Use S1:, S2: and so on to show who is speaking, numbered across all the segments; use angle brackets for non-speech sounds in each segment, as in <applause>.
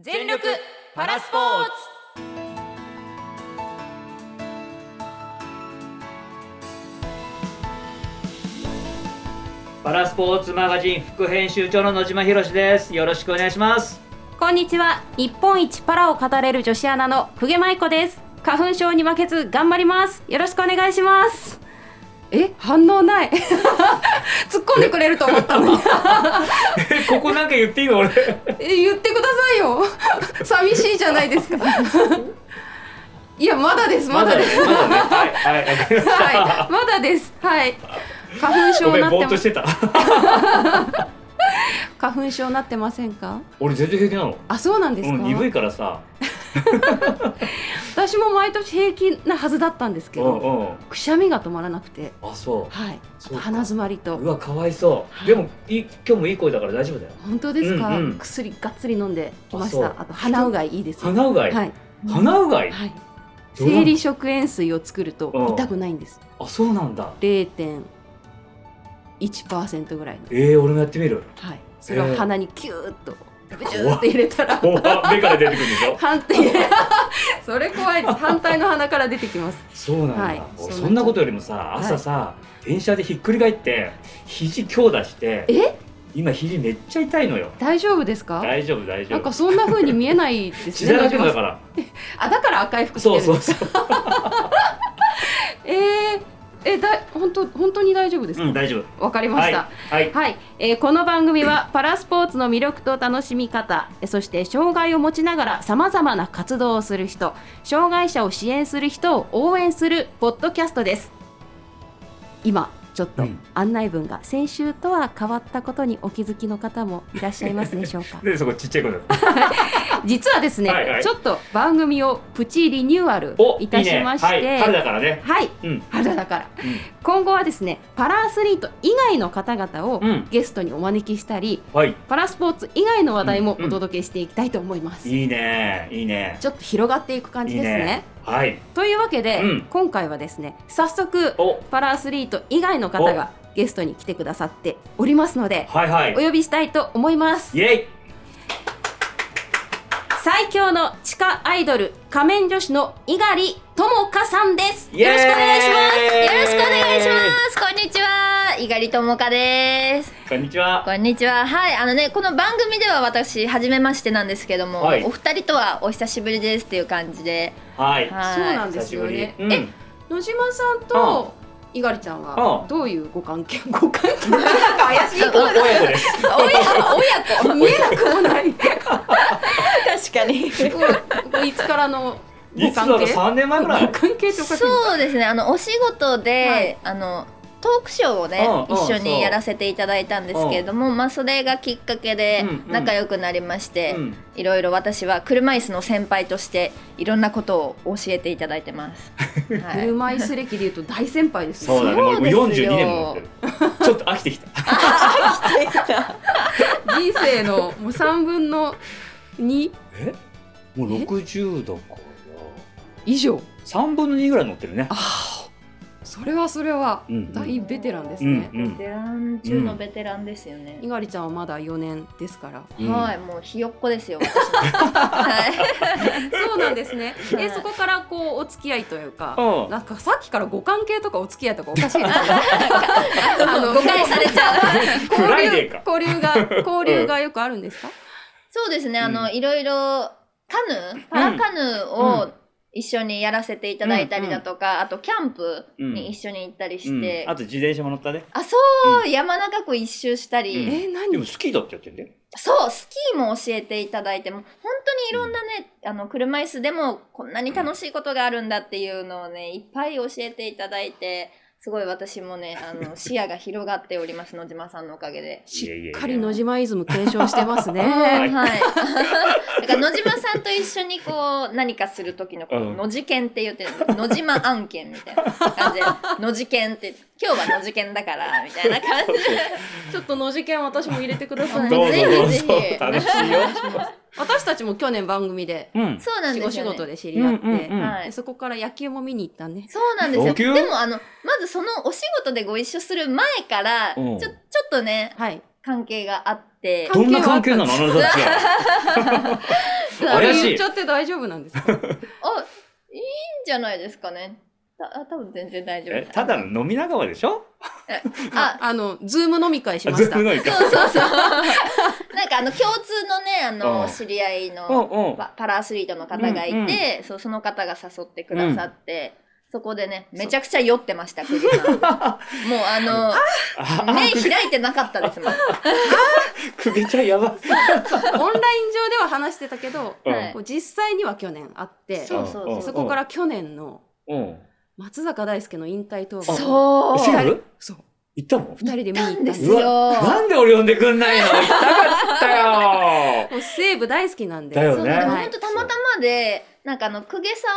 S1: 全力パラスポーツ
S2: パラスポーツマガジン副編集長の野島博ですよろしくお願いします
S1: こんにちは日本一パラを語れる女子アナの久毛舞子です花粉症に負けず頑張りますよろしくお願いしますえ反応ない <laughs> 突っ込んでくれると思ったのに
S2: <laughs> ここなんか言っていいの俺
S1: え言ってくださいよ <laughs> 寂しいじゃないですかいやまだですまだです
S2: まだねはいはいわかりました
S1: はいまだですはい花粉
S2: ご
S1: 症
S2: め
S1: なっ
S2: んぼー
S1: て
S2: っと
S1: ま
S2: して
S1: <laughs>
S2: た
S1: 花粉症なってませんか
S2: 俺全然平気なの
S1: あそうなんです
S2: う
S1: か、
S2: ん鈍いからさ
S1: 私も毎年平気なはずだったんですけ
S2: う
S1: ど、
S2: んうん
S1: くしゃみが止まらなくて
S2: あそ
S1: はい
S2: そうか
S1: 鼻詰まり
S2: う
S1: と
S2: うわかわいそうでもいい今日もいい声だから大丈夫だよ
S1: 本当ですか、
S2: うんうん
S1: 薬がっつり飲んできました
S2: あそう
S1: あと鼻うがいいいです
S2: 鼻うがい、
S1: はい、
S2: 鼻うがい、
S1: はい、
S2: どうなの
S1: 生理食塩水を作る
S2: う
S1: と
S2: ん
S1: 痛くないんです
S2: あそうなんだ
S1: 0.1%ぐらいの
S2: えー、俺もやってみる
S1: はいそれを鼻にキューッとブチュー
S2: 怖
S1: っ
S2: って
S1: 入れたら
S2: おあ目から出てくるでしょ
S1: 反対 <laughs> それ怖いです反対の鼻から出てきます
S2: <laughs> そうなんだ、
S1: はい
S2: 俺
S1: そう
S2: そんなことよりもさ
S1: い
S2: 朝さ、電車でひっくり返って肘強打して
S1: え
S2: 今肘めっちゃ痛いのよ
S1: 大丈夫ですか
S2: 大丈夫大丈
S1: なんか
S2: 夫
S1: そんな風に見えないです
S2: <laughs> 血
S1: ね
S2: だらけ
S1: 野
S2: だ
S1: 島
S2: か
S1: さん
S2: ら
S1: あだから赤い服着てる
S2: そ
S1: ん
S2: う
S1: です
S2: そうそう
S1: えー、えだ本当本当に大丈夫ですか
S2: うん大丈夫
S1: わ、かりました、
S2: はい、はい、
S1: はい、えーこの番組はパラスポーツの魅力と楽しみ方えーそして障害を持ちながらさまざまな活動をする人障害者を支援する人を応援するポッドキャストです今ちょっと
S2: うん
S1: 案内文が先週とは変わったことにお気づきの方もいらっしゃいますでしょ
S2: <laughs>
S1: うか
S2: でそこちっちゃい声だ
S1: 実はですね、
S2: はいはい
S1: ちょっと番組をプチリニューアル
S2: お
S1: いたしまし
S2: いいね
S1: て
S2: はい、春だからね
S1: はい
S2: うん
S1: 春だから今後はですねパラアスリート以外の方々を
S2: うん
S1: ゲストにお招きしたり、
S2: はい
S1: パラスポーツ以外の話題もお届けしていきたいと思います、
S2: いいねいいね
S1: ちょっと広がっていく感じ
S2: いい
S1: ですね
S2: はい
S1: というわけで、
S2: うん
S1: 今回はですね早速
S2: お
S1: パラアスリート以外の方がゲストに来てくださっておりますので
S2: はいは
S1: お
S2: い
S1: 呼びしたいと思います
S2: イエイ
S1: 最強の地下アイドル仮面女子の猪狩智香さんです
S2: イエーイ
S1: よろしくお願いし
S3: よろしくお願いします。こんにちは、猪狩智香です。
S2: こんにちは
S3: こんにちは。はい、あのね、この番組では私初めましてなんですけども、
S2: はい
S3: お二人とはお久しぶりですっていう感
S2: <laughs>
S3: じで、
S2: はい
S3: はい。
S1: そうなんで
S3: で
S2: 久
S1: す
S2: し
S1: よ
S2: ぶり
S1: ね、
S2: うん
S1: え野島さんと猪狩ちゃんは
S2: うん
S1: どういうご関係 <laughs> ご関係なんか怪しい
S2: お親子です
S3: す。親子、親子。
S1: 見えなくもない。
S3: 確かに。
S1: こういつからの
S2: い
S1: ご
S2: つだろ
S1: 関
S2: う
S1: 係。
S2: 三年前ぐら
S1: ご
S2: い
S1: 関係とか。
S3: そうですね。あのお仕事で、
S1: はい
S3: あの。トークショーをね、
S2: うんうん
S3: 一
S2: そ
S3: 緒
S2: う
S3: にやらせていただいたんですけれども、まあそれがきっかけで
S2: うんうん
S3: 仲良くなりまして、
S2: うん
S3: いろいろ私は車椅子の先輩としていろんなことを教えていただい
S2: <laughs>
S3: てます。はい
S1: 車椅子歴で言うと大先輩です
S2: そう
S1: ね。
S2: だね、もう
S3: そうですよ
S2: 42年も乗ってる。ちょっと飽きてきた。
S1: 人生のもう三分の二
S2: えもう60度かな。
S1: 以上。
S2: 3分の2ぐらい乗ってるね。
S1: それはそれは
S2: うん
S1: 大ベテランです
S2: うん
S1: ね。
S2: うん
S3: テラン中のベテランですよね。
S1: 猪狩ちゃんはまだ四年ですから。
S2: うん
S3: はい、もうひよっこですよ。私は
S1: そうなんです
S2: <laughs>
S1: ね。
S3: は
S1: え
S3: い
S1: そこからこうお付き合いというか。
S2: うん。
S1: なんかさっきからご関係とかお付き合いとかおか
S2: <laughs>
S1: しいですね。あ
S3: はい、誤解されちゃう。
S2: フライデーか。
S1: 交流が交流がよくあるんですか？
S3: そうですね、あ
S2: う
S3: の、いろいろカヌー、パラカヌー
S2: う
S3: を一緒にやらせていただいたりだとか、あとキャンプに一緒に行ったりして。
S2: うんあと自転車も乗ったね。
S3: あそう、山中湖一周したり、
S2: うん
S1: え
S2: で
S1: 何
S2: も？スキーだってやってんだよ。
S3: そうスキーも教えていただいてもう本当にいろんなね、あの車椅子でもこんなに楽しいことがあるんだっていうのをねいっぱい教えていただいてすごい私もねあ <laughs> の視野が広がっております野島さんのおかげで。
S1: し
S2: いやいやい
S1: っ
S2: や
S1: かり野島イズム継承してます
S3: は
S1: ね。 <laughs>
S3: い、 <laughs> だから野島さんと一緒にこう何かする時のこう
S2: うん
S3: 野次犬って言ってる野島案件みたいな感じで野次犬って今日は野次犬だからみたいな感じで
S1: ちょっと野次元私も入れてくださ。
S3: はいい
S2: どうぞどう
S3: ぜひ
S2: ぞ
S3: ぜひ。
S2: 楽しいよ。
S1: 私たちも去年番組で
S2: うん。
S3: <laughs> そうなん
S1: お
S3: です
S1: 仕
S3: よ、ね、
S1: 事で知り合って、
S2: うんうんうん
S3: はい
S1: でそこから野球も見に行ったね。
S3: そうなんですよ。
S2: 同級
S3: でもあのまずそのお仕事でご一緒する前から、
S2: うん
S3: ちょちょっとね
S1: はい。
S3: 関係があって
S1: 関係
S2: どんな関係なのあなたたちは。怪し
S1: 言
S2: い
S1: っちゃって大丈夫なんです
S2: <laughs>
S1: か
S3: あいいんじゃないですかねたあ多分全然大
S2: <laughs>
S3: 丈
S2: え
S3: 夫
S2: ただの飲み仲間でしょ
S1: あ
S3: あ
S1: あのズーム飲み会しま
S2: ずっ
S1: した
S2: と飲み
S3: そうそう <laughs> そうなんかあの共通のねあ
S2: うん
S3: の知り合いの
S2: うんうん。
S3: パパラアスリートの方がいて、
S2: うんうん
S3: そうその方が誘ってくださって、そこでねめちゃくちゃ酔っ
S2: <laughs>
S3: てましたクリさんもうあの
S2: あ、
S3: 目開いてなかったですもん
S2: くげちゃんやばい。
S1: オンライン上では話してたけど
S2: うん
S3: はい
S1: こう実際には去年あって
S3: そうそうそう
S1: そこから去年の
S2: うん。
S1: 松坂大輔の引退当番を
S3: そう
S2: シェフ
S1: そう
S2: 行ったの
S1: 2人で見に行ったんです
S3: う
S1: よ
S3: わ
S2: なんで俺呼んでくんないの行きたかったよ
S1: もう西武大好きなんで
S2: だよ
S3: そう
S2: ね
S3: でも
S1: はい
S3: 本当たまたまで、なんかあの、久下さ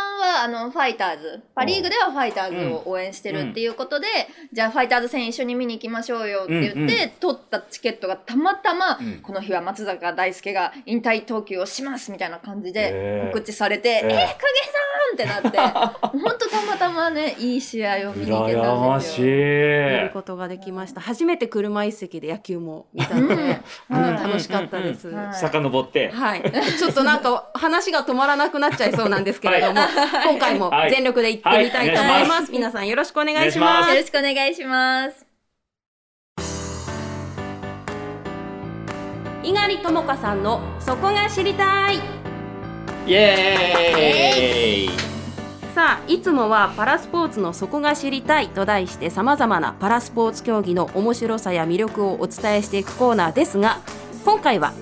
S3: んはあの、ファイターズ、パリーグではファイターズを応援してるっていうことで、じゃあファイターズ戦一緒に見に行きましょうよって言って、
S2: うんうん
S3: 取ったチケットがたまたま、
S2: うん
S3: この日は松坂大輔が引退投球をしますみたいな感じ
S2: へ
S3: で
S2: ー
S3: 告知されて、え
S2: へー
S3: ー、久下さんってな
S2: <laughs>
S3: って、本当たまたまね、いい試合を見に行け
S2: 羨
S3: たん
S2: ま
S3: です
S2: し
S3: よ。
S1: 見る
S2: い
S1: ことができました初めて車椅子席で野球も見た
S3: う
S1: の
S3: ん
S1: で、あ
S3: はい
S1: の楽しかったです。
S3: はい
S2: 遡って
S1: はい、ちょっとなんか話が止まらなくなっちゃいそうなんですけれど
S2: <laughs>
S1: も、今回も全力で行ってみたいと思
S2: はいはい
S1: い
S2: お願いし
S1: ま。
S2: ます
S1: 皆さんよろしくお願いし
S2: お願いし
S1: ま
S2: ます
S3: よ。ろしくお願いします。
S1: 猪狩ともかさんのそこが知りたい。
S2: イエーイ
S1: さあいつもはパラスポーツのそこが知りたいと題してさまざまなパラスポーツ競技の面白さや魅力をお伝えしていくコーナーですが今回は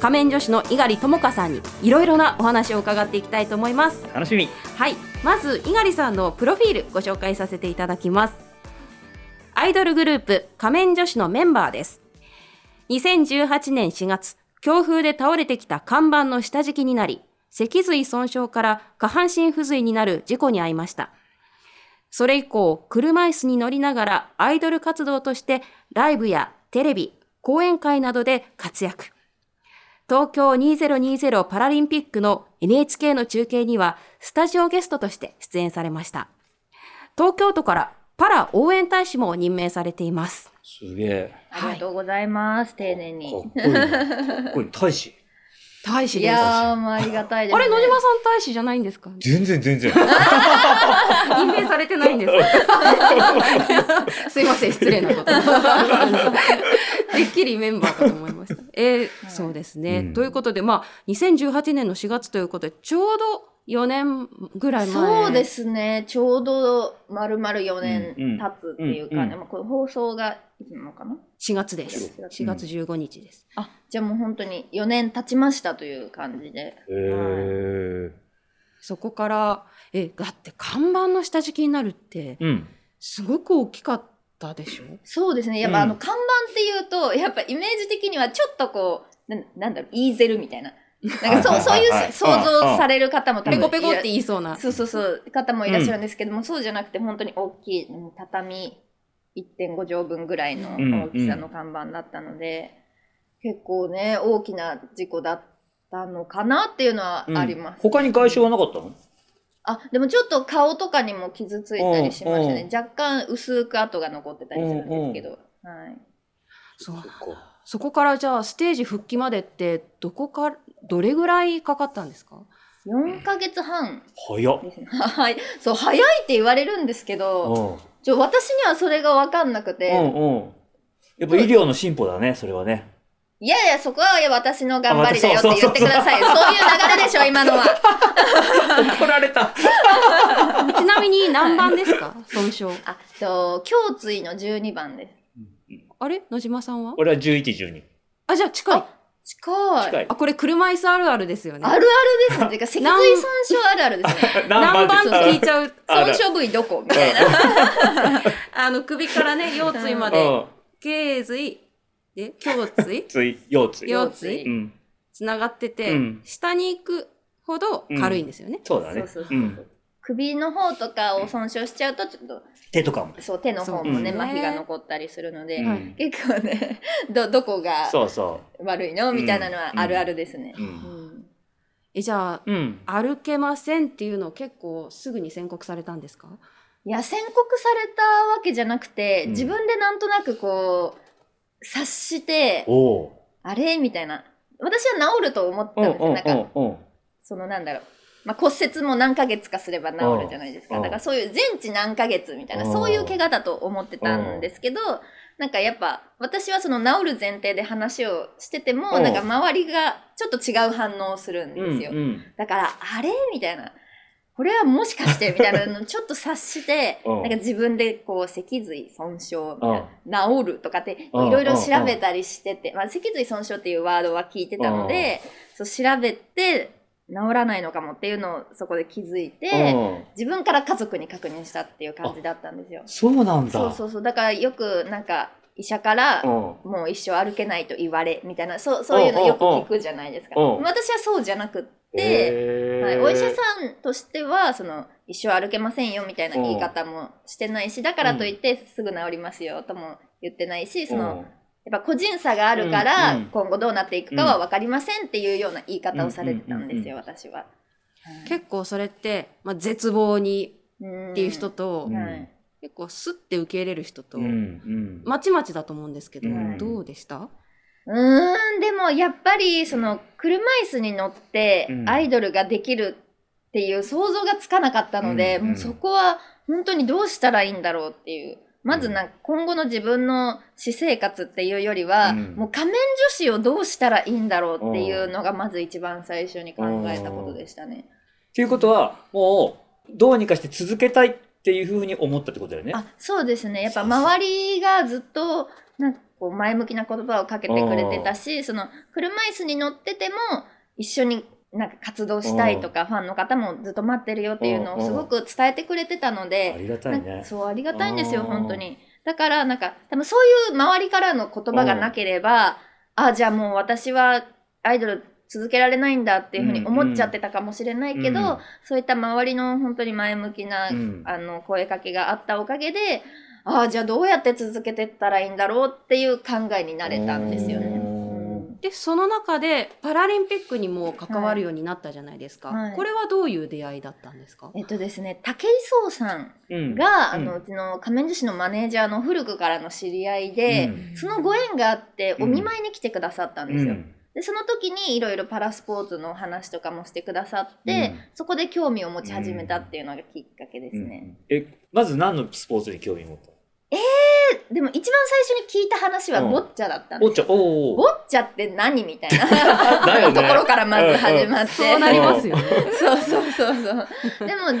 S1: 仮面女子の猪狩ともかさんにいろいろなお話を伺っていきたいと思います
S2: 楽しみ
S1: はい、まず猪狩さんのプロフィールご紹介させていただきますアイドルグループ仮面女子のメンバーです2018年4月強風で倒れてきた看板の下敷きになり脊髄損傷から下半身不随になる事故に遭いましたそれ以降車椅子に乗りながらアイドル活動としてライブやテレビ講演会などで活躍東京2020パラリンピックの NHK の中継にはスタジオゲストとして出演されました。東京都からパラ応援大使も任命されています。
S2: すげえ
S3: ありがとうございます、丁寧に。
S2: かっこいいなかっ <laughs> こいい大使
S1: 大使
S3: い
S1: です。あ
S3: やー、もうありがたいです、ね。
S1: れ、野島さん大使じゃないんです <laughs> か
S2: 全然全然
S1: 任命されてないんですかすいません、失礼な <laughs> こと。てっきりメンバーかと思いました。えー
S3: はい
S1: そうですね、
S2: うん
S1: ということで、まあ、2018年の4月ということで、ちょうど4年ぐらい前。
S3: そうで。すね、ちょうど丸々4
S2: うんうん
S3: 年経つっていうかね、
S2: うんうん
S3: まあ、これ放送がいつなのかな
S1: 4月です。4月15日です。
S3: あじゃあもう本当に4年経ちましたという感じで。
S2: へー
S1: そこからえだって看板の下敷きになるって
S2: うん
S1: すごく大きかったでしょ
S3: そうですね、やっぱ
S2: うん
S3: あの看板っていうと、やっぱイメージ的にはちょっとこう、ななんだろう、イーゼルみたいな。なんか
S2: は
S3: そ
S2: いうは
S3: そう
S2: い
S3: い
S2: は
S3: う
S2: い
S3: 想像される方も
S1: ペ
S3: 多分
S1: コペコっ
S3: い
S1: て
S3: ら
S1: 言いそうな
S3: そうそうそう方もいらっしゃるんですけども、そうじゃなくて本当に大きいうん畳1.5畳分ぐらいの
S2: うん
S3: 大きさの看板だったので、結構ね大きな事故だったのかなっていうのはあります、
S2: 他に外傷はなかったの
S3: あでもちょっと顔とかにも傷ついたりしました
S2: うんう
S3: ね
S2: ん
S3: 若干薄く跡が残ってたりするんですけど、はい、
S1: そう
S2: そっか
S1: そこからじゃあステージ復帰までってどこからどれぐらいかかったんですか
S3: 4ヶ月半
S2: 早っ
S3: ですね <laughs> はいそう早いって言われるんですけど
S2: う
S3: ちょ私にはそれが分かんなくて、
S2: んうんうんやっぱ医療の進歩だねそれはね
S3: いやいや、そこは私の頑張りだよっ
S2: あまたそう
S3: て言ってください。そういう流れでしょ、今のは。
S2: 怒られ <laughs> た
S1: ちなみに何番ですか損傷
S3: あと、胸椎の12番で
S1: あれ野島さんは
S2: 俺は11、12
S1: あじゃあ近い
S3: す。近い。
S2: 近い
S1: あこれ車椅子あるあるですよね
S3: あるあるですね。てか、脊
S1: なん
S3: 髄損傷あるあるですね。 <laughs>
S1: 何番って聞いちゃう
S2: ある
S3: 損傷部位どこみたいな。
S1: あの首からね腰椎ま
S2: う
S1: で
S2: ん
S1: 頸髄で胸椎
S2: つい <laughs> 腰
S1: 腰
S2: 椎う
S1: 椎
S2: ん
S1: つながってて、
S2: うん
S1: 下に行くほど軽いんですよね、
S2: そうだね
S3: そうそうそううん首の方とかを損傷しちゃうと、ちょっと、
S2: 手とかも
S3: そう、手の方もね、
S1: そう
S3: 麻痺が残ったりするので、
S2: うん
S1: はい
S3: 結構ね、ど、どこが
S2: そうそ
S3: 悪いのみたいなのはあるあるですね。
S2: うう
S3: うんん
S1: えじゃあ
S2: うん
S1: 歩けませんっていうのを結構すぐに宣告されたんですか
S3: いや宣告されたわけじゃなくて、
S2: うん
S3: 自分でなんとなくこう察して
S2: おお
S3: あれみたいな私は治ると思った
S2: うん
S3: ん
S2: う
S3: ですよなんか
S2: んうん
S3: そのなんだろう、まあ、骨折も何ヶ月かすれば治るじゃないですか
S2: うん
S3: だからそういう全治何ヶ月みたいな
S2: うん
S3: そういう怪我だと思ってたんですけどなんかやっぱ私はその治る前提で話をしてても
S2: うん
S3: なんか周りがちょっと違う反応をするんですよ。
S2: うん
S3: だから、あれみたいな。これはもしかしてみたいなのちょっと察して、
S2: <laughs> うん
S3: なんか自分でこう、脊髄損傷み
S2: う
S3: た
S2: ん
S3: いな、治るとかって、い
S2: うん
S3: ろいろ調べたりしてて、まあ、脊髄損傷っていうワードは聞いてたので、そう調べて、治らないのかもっていうのをそこで気づいて、
S2: うん
S3: 自分から家族に確認したっていう感じだったんですよ。
S2: そうなんだ
S3: そうそうそう。だからよくなんか、医者から、
S2: うん
S3: もう一生歩けないと言われみたいなそうそういうのよく聞くじゃないですか
S2: おうおうおうおう
S3: 私はそうじゃなくって、
S2: へー
S3: はい、お医者さんとしてはその一生歩けませんよみたいな言い方もしてないしだからといってすぐ治りますよとも言ってないしそのやっぱ個人差があるから
S2: うんうん
S3: 今後どうなっていくかは分かりませんっていうような言い方をされてたんですよ
S2: う
S3: 私は。
S1: 結構それって、まあ、絶望にっていう人と、
S2: うん
S3: はい
S1: 結構スッて受け入れる人と、
S2: うんうん
S1: まちまちだと思うんですけど、
S2: うん
S1: どうでした、
S3: うーん、でもやっぱりその車椅子に乗って
S2: うん
S3: アイドルができるっていう想像がつかなかったので、
S2: うんうん
S3: もうそこは本当にどうしたらいいんだろうっていう。まずなんか今後の自分の私生活っていうよりは、
S2: うん
S3: もう仮面女子をどうしたらいいんだろうっていうのがまず一番最初に考えたことでしたね。
S2: っていうことはもうどうにかして続けたいっていうふうに思ったってことだよね。
S3: あそうですねやっぱ周りがずっとなんかこう前向きな言葉をかけてくれてたしその車椅子に乗ってても一緒になんか活動したいとかファンの方もずっと待ってるよっていうのをすごく伝えてくれてたの
S2: あ
S3: で
S2: りがた
S3: ないんか
S2: ね。
S3: そうありがたいんですよ
S2: うん
S3: 本当にだからなんか多分そういう周りからの言葉がなければあじゃあもう私はアイドル続けられないんだっていうふうに思っちゃってたかもしれないけど、
S2: うん
S3: そういった周りの本当に前向きな
S2: うん
S3: あの声かけがあったおかげでああじゃあどうやって続けてったらいいんだろうっていう考えになれたんですよね。
S2: うん
S1: でその中でパラリンピックにも関わるようになったじゃないですか、
S3: はいはい
S1: これはどういう出会いだったんですか、
S3: えっとですね武井壮さん
S2: うん
S3: が、
S2: うん
S3: あのうちの仮面女子のマネージャーの古くからの知り合いで、
S2: うん
S3: そのご縁があって
S2: うん
S3: お見舞いに来てくださったんですよ。
S2: うん
S3: でその時にいろいろパラスポーツのお話とかもしてくださって、
S2: うん
S3: そこで興味を持ち始めたっていうのがきっかけですね。
S2: うんえまず何のスポーツに興味持ったの
S3: ででも一番最初に聞いた話はボッチャだったんです
S2: おっちゃ
S3: よ
S2: んおー
S3: ボ
S2: おー
S3: ッチャって何みたい
S2: だよ
S3: な
S2: ね
S3: ところからまず始まって、
S1: そうなりますよね、
S3: そうそうそうそうでも実際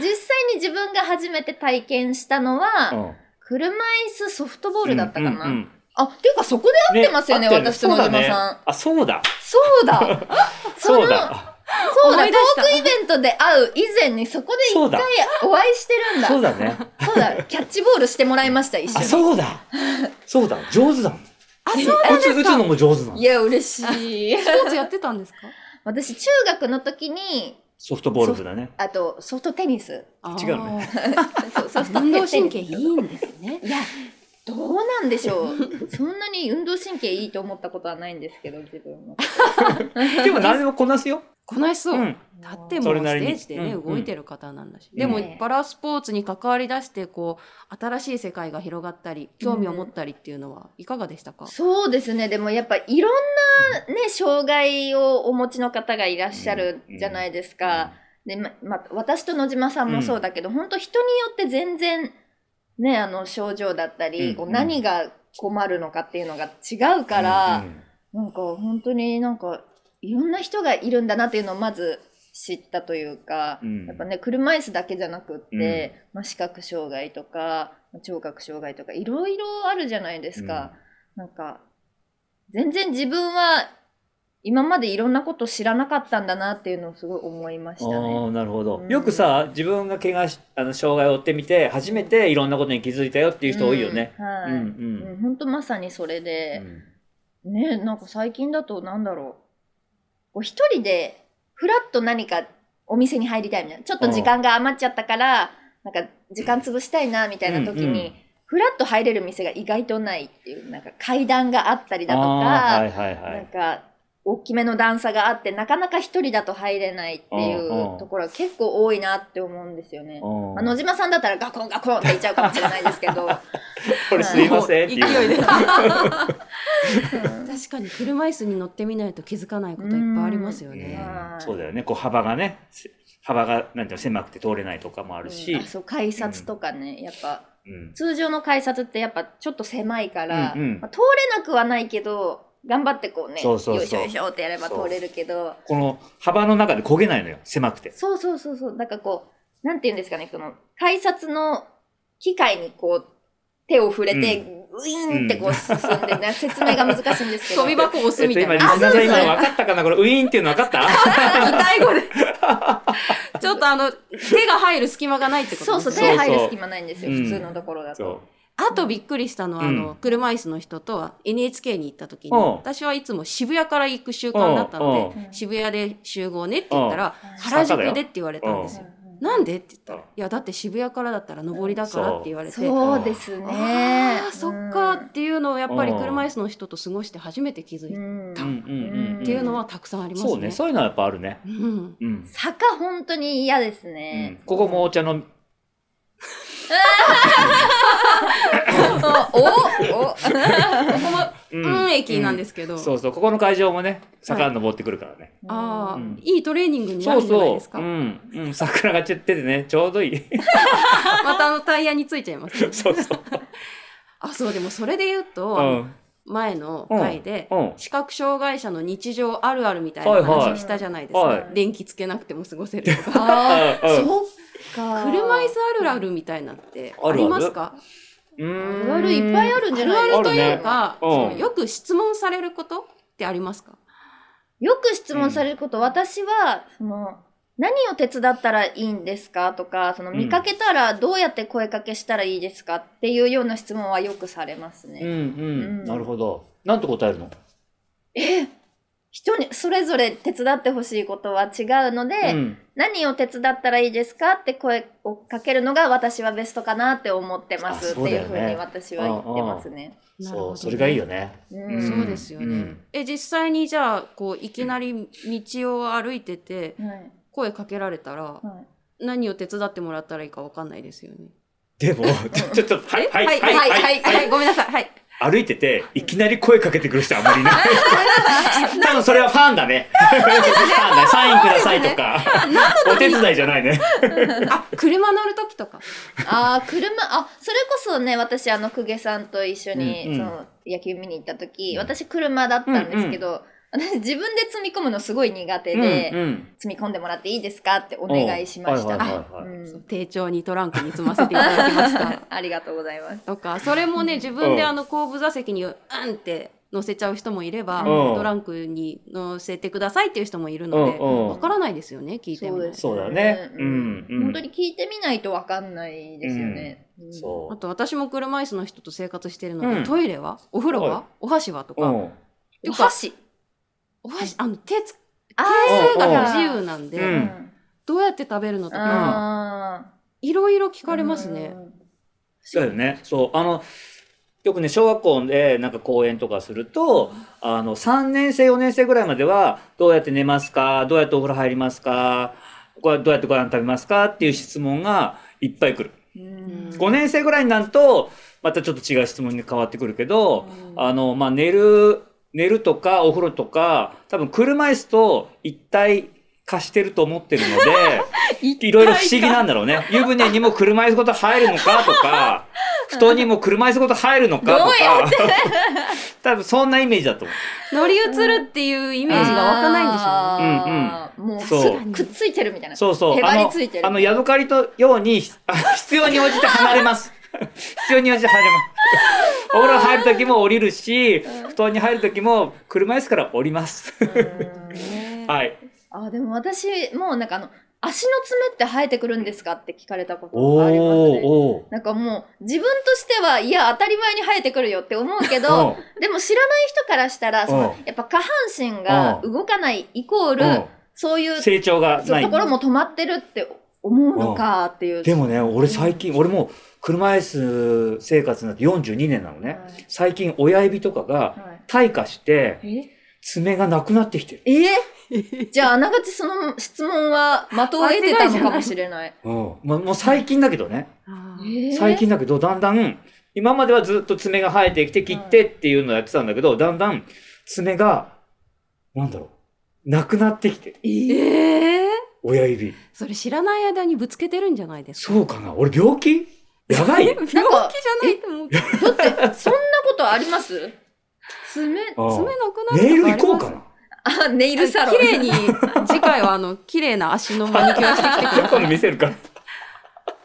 S3: に自分が初めて体験したのは
S2: うん
S3: 車椅子ソフトボールだったかな、
S2: うんうんうん
S3: あっていうかそこで合ってますよね
S2: 合ってる
S3: 私と野
S2: そ
S3: 島さん
S2: うだねあそうだ
S3: そうだそ
S2: そ
S3: の
S2: うだ
S3: そう
S1: 思
S3: だ
S1: い
S3: ト
S1: 出した
S3: ークイベントで会う以前にそこで
S2: そ
S3: 一
S2: うだ
S3: 回お会いしてるんだ
S2: そ
S3: そうう
S2: だね
S3: だキャッチボールしてもらいました一緒
S2: あ
S3: に
S2: そうだそうだ上手だもん
S1: あそう
S2: 打つ打つのも上手なの
S3: いや嬉し
S2: <laughs>
S3: い
S1: スポーツやってたんですか
S3: 私中学の時に
S2: ソフトボール部だね
S3: あとソフトテニス
S2: 違うね
S3: <laughs> そうソフトテ
S1: <laughs>
S3: ニ
S1: 運動
S3: ス
S1: 神経いいんですね
S3: いや、どうなんでしょう。そんなに運動神経いいと思ったことはないんですけど、自分
S2: <laughs>
S3: も。
S2: でも何でもこなすよ
S1: こないしそう、
S2: うん
S1: だって
S2: そ
S1: もう
S2: れ
S1: ス
S2: なりに
S1: テージでね、
S2: うん
S1: 動いてる方なんだし、
S2: うん
S1: でも
S3: ねえ
S1: パラスポーツに関わりだしてこう新しい世界が広がったり興味を持ったりっていうのはいかがでしたか、
S3: そうですね、でもやっぱいろんなね、障害をお持ちの方がいらっしゃるじゃないですか。で、ま、ま私と野島さんもそうだけど、本当人によって全然、ね、あの、症状だったり、
S2: うん
S3: こう何が困るのかっていうのが違うから、なんか本当になんかいろんな人がいるんだなっていうのをまず知ったというか、
S2: うん
S3: やっぱね車椅子だけじゃなくって、まあ、視覚障害とか聴覚障害とかいろいろあるじゃないですか、なんか全然自分は今までいろんなこと知らなかったんだなっていうのをすごい思いま
S2: あ
S3: し
S2: あ
S3: たね。
S2: ーなるほど
S3: うん
S2: よくさ自分が怪我しあの障害を負ってみて初めていろんなことに気づいたよっていう人多いよね
S3: うん。
S2: う
S3: はい。うん
S2: ん
S3: 本当まさにそれ
S2: う
S3: で、
S2: ん
S3: ねなんか最近だとなんだろうこう一人でふらっと何かお店に入りたいみたいなちょっと時間が余っちゃったからなんか時間潰したいなみたいな時
S2: う
S3: に、
S2: んうん
S3: ふらっと入れる店が意外とないっていうなんか階段があったりだとか、
S2: あーはいはいは
S3: なん
S2: い
S3: か大きめの段差があってなかなか一人だと入れないっていう
S2: うんうん
S3: ところが結構多いなって思うんですよね。
S2: うん <laughs>
S3: まあ野島さんだったらガコンガコンって言っちゃうかもしれないですけど
S2: これすいませんって
S1: 勢い
S2: いう。
S1: で
S3: うん
S1: 確かに車椅子に乗ってみないと気づかないこといっぱいありますよね。
S2: うんそうだよね。こう幅がね、せ幅がなんていうの狭くて通れないとかもあるし
S3: あ、そう改札とかね、やっぱ
S2: うん
S3: 通常の改札ってやっぱちょっと狭いから、
S2: うんうん
S3: まあ通れなくはないけど頑張ってこうね
S2: そうそうそう
S3: よいしょよいしょってやれば通れるけど
S2: この幅の中で焦げないのよ、狭くて。
S3: そうそうそうそうなんかこうなんて言うんですかねその改札の機械にこう手を触れて、ウィーンってこう進んで、ね説明が難しいんですけど
S1: 飛び箱を押
S2: え
S1: す
S2: っ
S1: み
S2: と
S1: たい
S2: 今リス
S1: な。あ
S2: ナーさん今
S3: そうそ
S2: の
S3: う
S2: 分かったかなこれウィーンっていうの分かった
S1: 痛いこれ。ちょっとあの手が入る隙間がないってこと
S3: そう
S1: です
S3: そう
S1: ね
S2: そう
S3: 手入る隙間ないんですよ、
S2: うん
S3: 普通のところ
S1: <laughs>
S3: だ
S2: そ
S3: と。
S1: あとびっくりしたのは、あ
S2: う
S1: の
S2: ん
S1: 車椅子の人とは NHK に行った時に、
S2: うん
S1: 私はいつも渋谷から行く習慣だったの
S3: うんうん
S1: で渋谷で集合ねって言ったら
S3: うん
S1: 原宿でって言われたんですよ。なんでって言ったら「
S2: うん
S1: いやだって渋谷からだったら上りだから」って言われて。
S3: そうですね
S1: あ。ーそっかっていうのをやっぱり
S2: うん
S1: 車椅子の人と過ごして初めて気づいたっ
S3: うん。うん
S2: う。うんうんうん。
S1: ていうのはたくさんありますね。
S2: そうね、そういうのはやっぱあるね。
S1: うん
S2: うん。
S3: 坂本当に嫌です
S2: うん
S3: ね。
S2: ここもお茶飲み
S3: おお
S2: う
S1: うん、駅なんですけど、
S2: そうそうここの会場もね坂登ってくるからね、
S1: ああ、
S2: うん
S1: いいトレーニングになる
S2: そうん
S1: じゃない
S2: そ
S1: ですか。
S2: ううん、うん、桜が散っててねちょうど
S1: <laughs>
S2: いい
S1: またあのタイヤについちゃいます、ね。
S2: そうそう
S1: あそうでもそれで言うと、
S2: う
S1: あ
S2: ん
S1: の前の回で、
S2: うん
S1: 視覚障害者の日常あるあるみたいな
S2: はいは
S1: 話
S2: い
S1: したじゃないですか、
S2: はい
S1: 電気つけなくても過ごせるとか <laughs>
S3: あ
S2: う
S3: あ、
S2: ん
S3: そっ
S1: 車
S3: か。
S1: 椅子あるあるみたいなって
S2: あるあ
S1: あ
S2: る
S1: りますか
S2: うーん
S3: あるいっぱいあるんじゃない
S2: あるある
S1: と
S2: ね
S1: いうか、
S2: うん
S1: そのよく質問されることってありますか
S3: よく質問されること、私はその何を手伝ったらいいんですかとかその
S2: うん
S3: 見かけたらどうやって声かけしたらいいですかっていうような質問はよくされますね。
S2: うんうん、
S3: うん
S2: なるほどなんて答えるの、
S3: 人にそれぞれ手伝ってほしいことは違うので、
S2: うん、
S3: 何を手伝ったらいいですかって声をかけるのが私はベストかなって思ってますって
S2: あそうだ
S3: い
S2: よ
S3: う
S2: ね
S3: ふうに私は言ってますね。
S1: なるほど
S2: そ
S1: ね
S2: うそれがいいよね
S3: うん
S2: ん
S1: そうですよね、
S2: うん
S1: え実際にじゃあこういきなり道を歩いてて
S3: はい
S1: 声かけられたら
S3: はい
S1: 何を手伝ってもらったらいいかわかんないですよね。
S2: で
S1: <laughs>
S2: もちょっとはい
S1: え
S2: はい
S1: は
S2: はいい
S1: はい
S2: は
S1: はいい、はいごめんなさいはい。
S2: 歩いてていきなり声かけてくる人はあんまりいない <laughs> 多分それはファンだねファンだサインくださいとかお手伝いじゃないね
S1: あ車乗る時とか。
S3: <laughs> あー車あそれこそね私あの公家さんと一緒に、
S2: うんうん
S3: その野球見に行った時
S2: うん
S3: 私車だったんですけど、私自分で積み込むのすごい苦手で、
S2: うんうん
S3: 積み込んでもらっていいですかってお願いしました。
S2: うんはいはいはいはい
S3: うん
S1: 丁重にトランクに積ませていただきました。
S3: ありがとうございます。
S1: とかそれもね自分で
S2: うん
S1: あの後部座席にうんって乗せちゃう人もいれば、
S2: うん
S1: トランクに乗せてくださいっていう人もいる
S2: う
S1: の
S2: ん
S1: で、
S2: うん
S1: わからないですよね聞いても
S3: そう。です
S2: そうだねうんうん
S3: 本当に聞いてみないとわかんないですよね。うん
S2: そ
S1: あ
S2: う
S1: と私も車椅子の人と生活してるので、
S2: うん
S1: トイレはお風呂
S2: はい
S1: はお箸はと
S2: う
S1: か、
S2: ん
S1: て
S3: お
S1: か
S3: 箸。
S1: お箸あの手つ
S3: あ
S1: 手
S2: ー
S1: が不自由なんで、
S2: うんうん
S1: どうやって食べるのとか
S3: あ
S1: いろいろ聞
S3: ー
S1: かれますね。。
S2: そうだよね。そう。あの、よくね、小学校でなんか講演とかすると、あの、3年生、4年生ぐらいまでは、どうやって寝ますかどうやってお風呂入りますかこれどうやってご飯食べますかっていう質問がいっぱい来る。
S3: うん
S2: 5年生ぐらいになると、またちょっと違う質問に変わってくるけど、
S1: うん
S2: あの、まあ、寝る、寝るとかお風呂とか、多分車椅子と一体化してると思ってるので、
S3: <laughs>
S2: いろいろ不思議なんだろうね。湯船にも車椅子ごと入るのかと
S3: <laughs>
S2: か、布団にも車椅子ごと入るのかと
S3: どう
S2: か、 <laughs> 多分そんなイメージだと思
S1: 乗り移るっていうイメージが湧かないんでしょうね。
S3: うね。もう
S2: そう
S3: くっついてるみたいな。
S2: う。そうそう。
S3: へば
S2: あ
S3: り
S2: の
S3: ついて、る。
S2: あの、ヤドカリとように、あ <laughs> 必要に応じて離れます。必要に応じて離れ
S3: <laughs>
S2: ます。お風呂入るときも降りるし、布団に入るときも車椅子から降ります。
S3: うん
S1: ね
S2: はい。
S3: あでも私もうなんかあの足の爪って生えてくるんですかって聞かれたことがありますね。
S2: お
S3: なんかもう自分としてはいや当たり前に生えてくるよって思うけ
S2: ー。
S3: どでも知らない人からしたらその
S2: う
S3: やっぱ下半身が動かないイコー
S2: うん
S3: ルそういう
S2: 成長が
S3: そう
S2: ない
S3: と。ころも止まってるって思うのかっていう。
S2: でもね、俺最近、俺もう車椅子生活になって42年なのね。
S3: はい
S2: 最近親指とかが
S3: はい
S2: 退化して、爪がなくなってきてる。
S3: ええじゃああながちその質問は的を得てたのかもしれない。
S2: うん。ま、もう最近だけどね。
S1: <laughs> あー
S3: ええ
S2: 最近だけど、だんだん今まではずっと爪が生えてきて切ってっていうのをやってたんだけど、だんだん爪が、なんだろう、なくなってきて、
S1: ええ
S2: 親指。
S1: それ知らない間にぶつけてるんじゃないですか。
S2: そうかな俺病気やばい
S1: 病気じゃないと思うけど。
S3: だってそんなことあります爪
S2: ああ
S1: 爪なくなるとかあります。
S2: ネイル行こうかな。
S3: あネイルサロン
S1: 綺麗に次回はあの綺麗な足の
S2: <laughs>
S1: マニキュアしてきてくださ
S2: 今度
S1: い。
S2: 見せるから。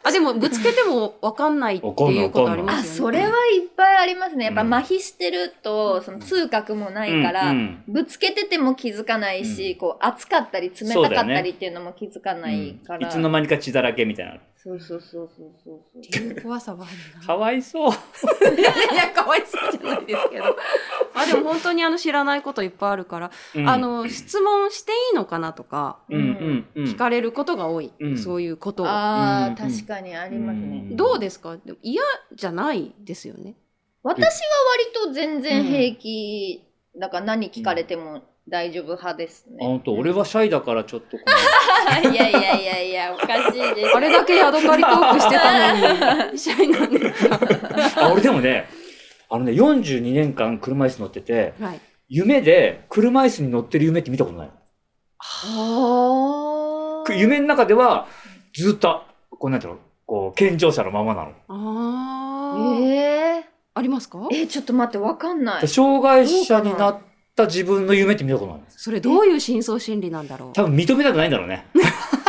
S1: あでもぶつけてもわかんないっていうことありま
S3: あ
S1: すよ
S2: <laughs>
S3: そ
S1: ね。
S3: れはいっぱいありますねやっぱ
S2: うん
S3: 麻痺してるとその痛覚もないから、
S2: うんうん
S3: ぶつけてても気づかないし、
S2: うん
S3: こう熱かったり冷たかったりっていうのも気づかないから、
S2: いつの間にか血だらけみたいな。
S3: そうそうそうそうそうそう
S1: いう怖さはあるな。
S2: か <laughs> わいそう。
S1: いやいやかわいそうじゃないですけどあでも本当にあの知らないこといっぱいあるから、
S2: うん
S1: あ、の質問していいのかなとか
S2: うんうんうん。
S1: 聞かれることが多い、
S2: うん
S1: そういうことを
S3: あー、
S2: うんうん
S3: 確かにありますね、
S2: うん
S1: どうですかでも嫌じゃないですよね
S3: 私は割と全然平気、だから何聞かれても大丈夫派ですね
S2: あ、本
S3: <laughs>
S2: 当俺はシャイだからちょっとこ
S3: いやいやいやいやおかしいです
S1: あれだけヤドカリトークしてた
S2: <laughs>
S1: のにシャイなんですか
S2: のあ、俺でもね、あのね、42年間車椅子乗ってて、
S1: はい
S2: 夢で車椅子に乗ってる夢って見たことない。
S3: は
S2: く夢の中では、ずっと、こうなんていうの、こう、健常者のままなの。
S1: あー、
S3: え
S1: ありますか
S3: ー、えちょっと待ってわかんない
S2: で障害者になった自分の夢って見たことない。
S1: それどういう深層心理なんだろう
S2: 多分認めたくないんだろうね。
S1: <laughs>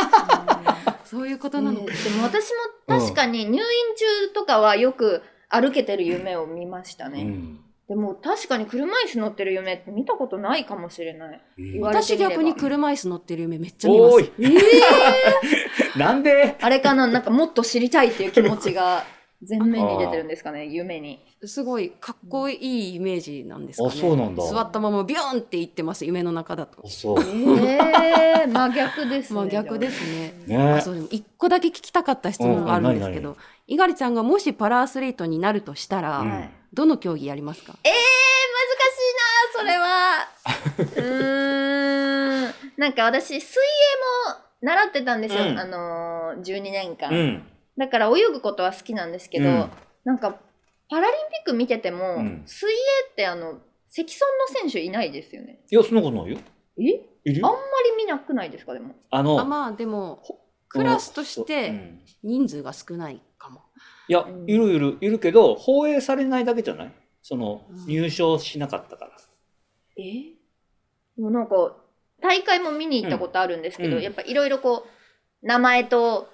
S1: そういうこ
S3: う
S1: と
S3: ん
S1: な
S3: ね
S1: のか、
S3: でも私も確かに入院中とかはよく歩けてる夢を見ました
S2: う
S3: ね、
S2: ん。
S3: でも確かに車椅子乗ってる夢って見たことないかもしれない言われて
S1: 私
S3: みれば
S1: 逆に車椅子乗ってる夢めっちゃ見ます
S2: おーい、なんで
S3: あれかな <laughs> なんかもっと知りたいっていう気持
S2: <laughs>
S3: ちが前面に出てるんですかね夢に
S1: すごいかっこいいイメージなんですかね。
S2: あそうなんだ
S1: 座ったままビューンって言ってます夢の中だと
S2: あ。そう。
S3: ええー、真逆 <laughs> ですね。
S1: まあ逆ですね。あ
S2: ね
S1: そうでも一個だけ聞きたかった質問があるんですけ
S2: う
S1: ど、猪狩ちゃんがもしパラアスリートになるとしたら、
S2: うん
S3: はい
S1: どの競技やりますか？
S3: ええー、難しいな、それ
S2: <laughs>
S3: は。うーん。なんか私、水泳も習ってたんですよ、
S2: うん
S3: あのー、12年間、
S2: うん。
S3: だから泳ぐことは好きなんですけど、
S2: うん
S3: なんか、パラリンピック見てても、
S2: うん
S3: 水泳ってあの、積損の選手いないですよね。
S2: いや、そんなことないよ。
S3: え
S2: いる
S3: あ
S2: よ
S3: んまり見なくないですか、でも。
S2: あ
S1: あ
S2: の、
S1: まあでも
S2: ほ
S1: クラスとして
S2: うん
S1: 人数が少ないかも。
S2: いや
S3: うん、
S2: いるいる、いるけど、放映されないだけじゃないその
S1: うん、
S2: 入賞しなかったから。
S3: えでもなんか大会も見に行ったことあるんですけど、
S2: うん
S3: やっぱいろいろこう名前と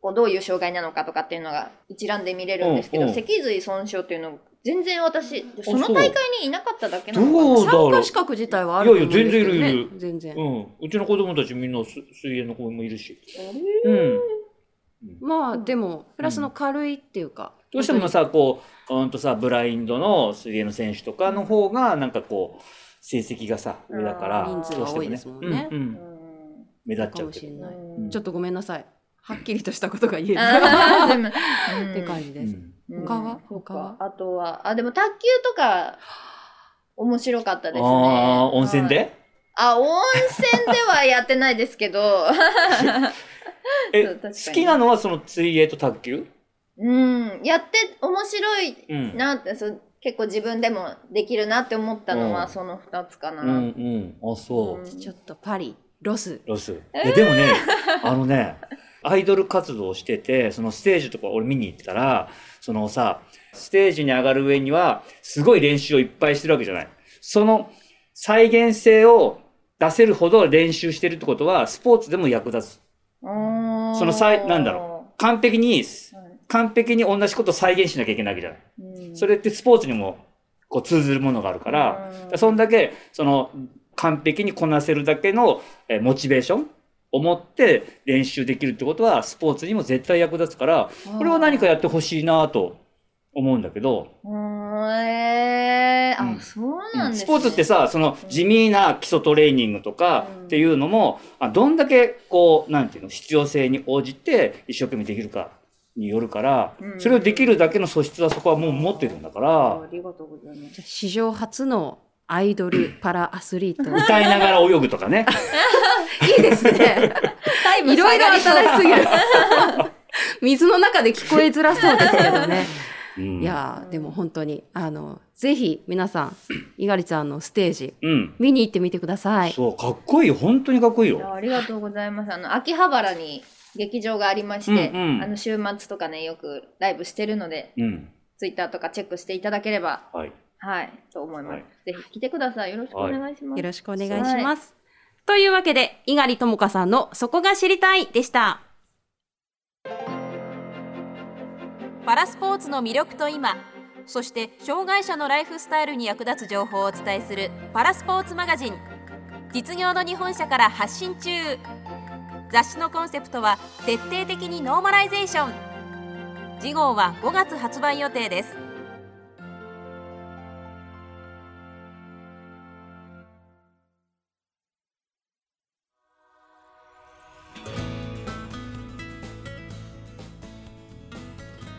S3: こうどういう障害なのかとかっていうのが一覧で見れるんですけど、
S2: うんうん
S3: 脊髄損傷っていうの全然私その
S2: そう
S3: 大会にいなかっただけなのかな
S2: どう
S1: 参
S2: だろ
S1: 加
S2: う
S1: 資格自体はあると思うんですけど
S2: いやいや全然い
S1: ね
S2: るい。
S1: 全然。
S2: うん。うちの子供たちみんなす水泳の子もいるし。
S3: えー
S2: うん。
S1: まあ
S3: うん
S1: でもプラスの軽いっていうか。
S2: どうしてもさ、こう、うんとさ、ブラインドの水泳の選手とかの方が、なんかこう、成績がさ、上だから、
S3: うん
S2: どうしても
S3: 人数が
S1: 多いですもんね
S2: うんう
S3: うん
S2: 目立っちゃうけ
S1: かもしれ
S2: ど。
S1: ない
S3: ん
S1: ちょっとごめんなさい。はっきりとしたことが言え
S3: あー
S1: な
S3: で
S1: い。
S2: <laughs>
S3: も <laughs> うん
S1: って感じです。
S3: うん
S1: 他は
S3: そう
S1: 他
S3: か
S1: は
S3: あとはあでも卓球とか面白かったですね
S2: ああー、温泉
S3: はい
S2: で
S3: あ温泉ではやってないですけど <laughs>
S2: え、
S3: そう確かに
S2: 好きなのはその水泳と卓球
S3: うん、やって面白い
S2: うん。
S3: なって、そう結構自分でもできるなって思ったの
S2: う
S3: は
S2: ん
S3: その2つかな。
S2: うんうん。あ、そう。
S3: うん
S1: ちょっとパリロス。
S2: ロス。いや、でもね、あのね、アイドル活動をしてて、そのステージとか俺見に行ったら、そのさ、ステージに上がる上には、すごい練習をいっぱいしてるわけじゃない。その再現性を出せるほど練習してるってことは、スポーツでも役立つ。
S3: そ
S2: その際なんだろ完璧に、
S3: う。はい
S2: 完璧に同じことを再現しなきゃいけないわけじゃない。
S3: うん
S2: それってスポーツにも、こう通ずるものがあるから、
S3: うん
S2: でそんだけその完璧にこなせるだけのえーモチベーションを持って練習できるってことはスポーツにも絶対役立つからこれは何かやってほしいなと思うんだけど、
S3: うんえー、あ、
S2: うん
S3: そうなんで
S2: ス
S3: す、ね、
S2: ポーツってさその地味な基礎トレーニングとか
S3: うん
S2: っていうのも、あどんだけこうなんていうの必要性に応じて一生懸命できるかによるから、
S3: うん
S2: それをできるだけの素質はそこはもう持ってるんだから
S3: あ、りがとうございます。
S1: 史上初のアイドルパラアスリー
S2: <laughs>
S1: ト。
S2: 歌いながら泳ぐと
S3: <laughs>
S2: かね。
S1: いいですね。
S3: タイ
S1: <laughs> いろいろ
S3: 下がり
S1: 新
S3: そう
S1: しすぎる。水の中で聞こえづらそうですけどね。
S2: うん
S1: いや
S3: う
S1: ー
S3: ん
S1: でも本当にあのぜひ皆さん猪狩ちゃんのステージ
S2: うん、
S1: 見に行ってみてください。
S2: そうかっこいいよ本当にかっこいい
S3: いや
S2: よ
S3: ありがとうございます。あの秋葉原に劇場がありまして、
S2: うんうん
S3: あの週末とかねよくライブしてるので、
S2: うん
S3: ツイッターとかチェックしていただければ
S2: はい
S3: はいと思います。
S2: はい
S3: ぜひ来てください。よろしくお願いします。
S1: よろしくお願いします。というわけで、猪狩智香さんのそこが知りたいでした。パラスポーツの魅力と今、そして障害者のライフスタイルに役立つ情報をお伝えするパラスポーツマガジン。実業の日本社から発信中。雑誌のコンセプトは徹底的にノーマライゼーション。次号は5月発売予定です。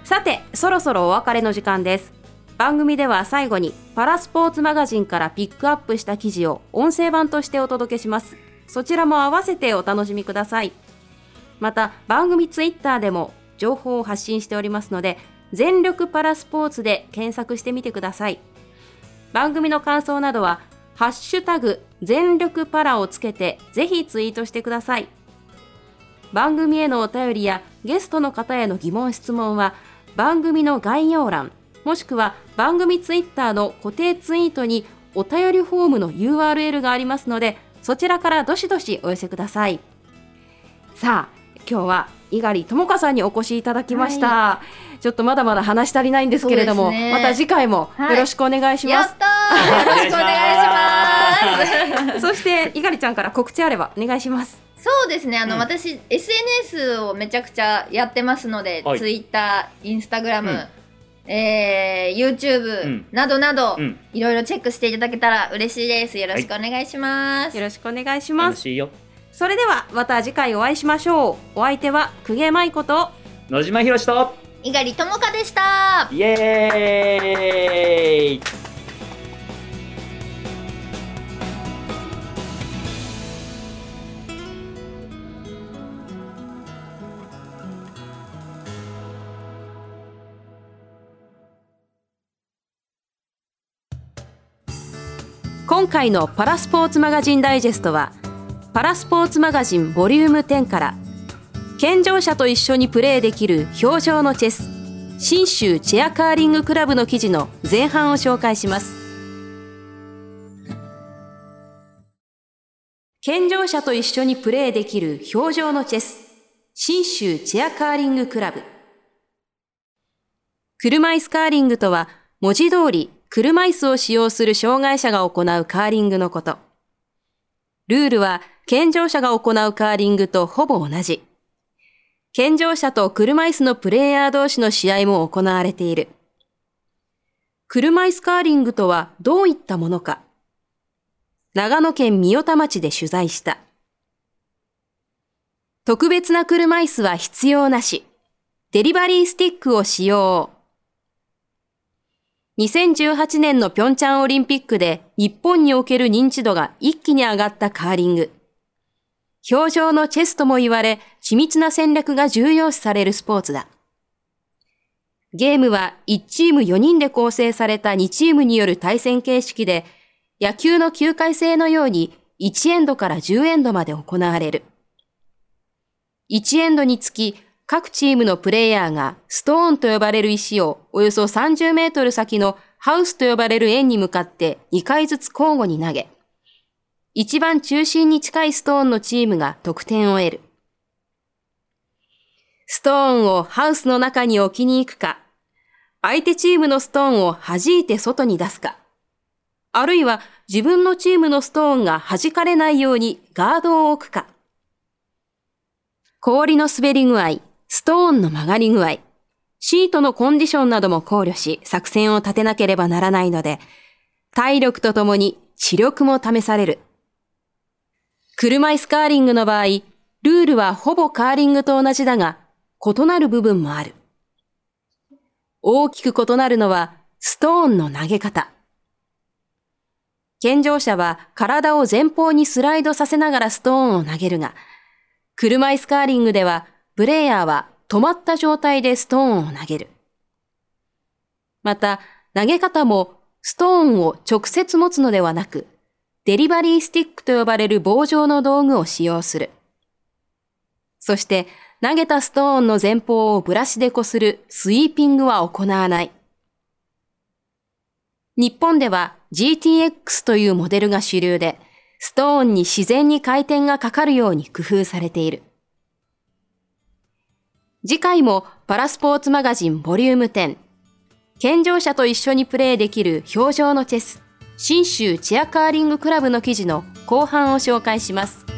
S1: さてそろそろお別れの時間です番組では最後にパラスポーツマガジンからピックアップした記事を音声版としてお届けしますそちらも合わせてお楽しみくださいまた番組ツイッターでも情報を発信しておりますので全力パラスポーツで検索してみてください番組の感想などはハッシュタグ全力パラをつけてぜひツイートしてください番組へのお便りやゲストの方への疑問質問は番組の概要欄もしくは番組ツイッターの固定ツイートにお便りフォームの URL がありますのでそちらからどしどしお寄せくださいさあ今日は猪狩智香さんにお越しいただきました、ちょっとまだまだ話し足りないんですけれども、
S3: そうですね
S1: また次回もよろしくお願いし
S3: や
S1: ま
S3: っ
S1: す、
S3: たー。よろしくお願いしま
S1: <laughs>
S3: す。
S1: そして猪狩ちゃんから告知あればお願いします
S3: そうですね。あの、
S2: うん
S3: 私 SNS をめちゃくちゃやってますので、
S2: はい
S3: Twitter、Instagram、えー YouTube、
S2: うん
S3: などなど、
S2: うん
S3: いろいろチェックしていただけたら嬉しいです。よろしくお願いしま
S1: <laughs>
S3: す。
S1: よろしくお願いしま
S2: 楽
S1: す
S2: しいよ
S1: それではまた次回お会いしましょうお相手は公家舞子と
S2: 野島ひろしと
S3: 猪狩ともかでした。
S2: イエーイ
S1: 今回のパラスポーツマガジンダイジェストはパラスポーツマガジンボリューム10から健常者と一緒にプレーできる表情のチェス新州チェアカーリングクラブの記事の前半を紹介します健常者と一緒にプレーできる表情のチェス新州チェアカーリングクラブ車椅子カーリングとは、文字通り車椅子を使用する障害者が行うカーリングのこと。ルールは、健常者が行うカーリングとほぼ同じ。健常者と車椅子のプレイヤー同士の試合も行われている。車椅子カーリングとはどういったものか。長野県三代田町で取材した。特別な車椅子は必要なし。デリバリースティックを使用。2018年のピョンチャンオリンピックで日本における認知度が一気に上がったカーリング。表情のチェスとも言われ、緻密な戦略が重要視されるスポーツだ。ゲームは1チーム4人で構成された2チームによる対戦形式で、野球の9回制のように1エンドから10エンドまで行われる。1エンドにつき、各チームのプレイヤーがストーンと呼ばれる石をおよそ30メートル先のハウスと呼ばれる円に向かって2回ずつ交互に投げ、一番中心に近いストーンのチームが得点を得る。ストーンをハウスの中に置きに行くか、相手チームのストーンを弾いて外に出すか、あるいは自分のチームのストーンが弾かれないようにガードを置くか、氷の滑り具合、ストーンの曲がり具合、シートのコンディションなども考慮し作戦を立てなければならないので、体力とともに知力も試される。車椅子カーリングの場合、ルールはほぼカーリングと同じだが、異なる部分もある。大きく異なるのは、ストーンの投げ方。健常者は体を前方にスライドさせながらストーンを投げるが、車椅子カーリングでは、プレイヤーは止まった状態でストーンを投げる。また、投げ方もストーンを直接持つのではなく、デリバリースティックと呼ばれる棒状の道具を使用する。そして、投げたストーンの前方をブラシでこするスイーピングは行わない。日本では GTX というモデルが主流で、ストーンに自然に回転がかかるように工夫されている。次回もパラスポーツマガジンボリューム10。健常者と一緒にプレーできる表情のチェス、新州チェアカーリングクラブの記事の後半を紹介します。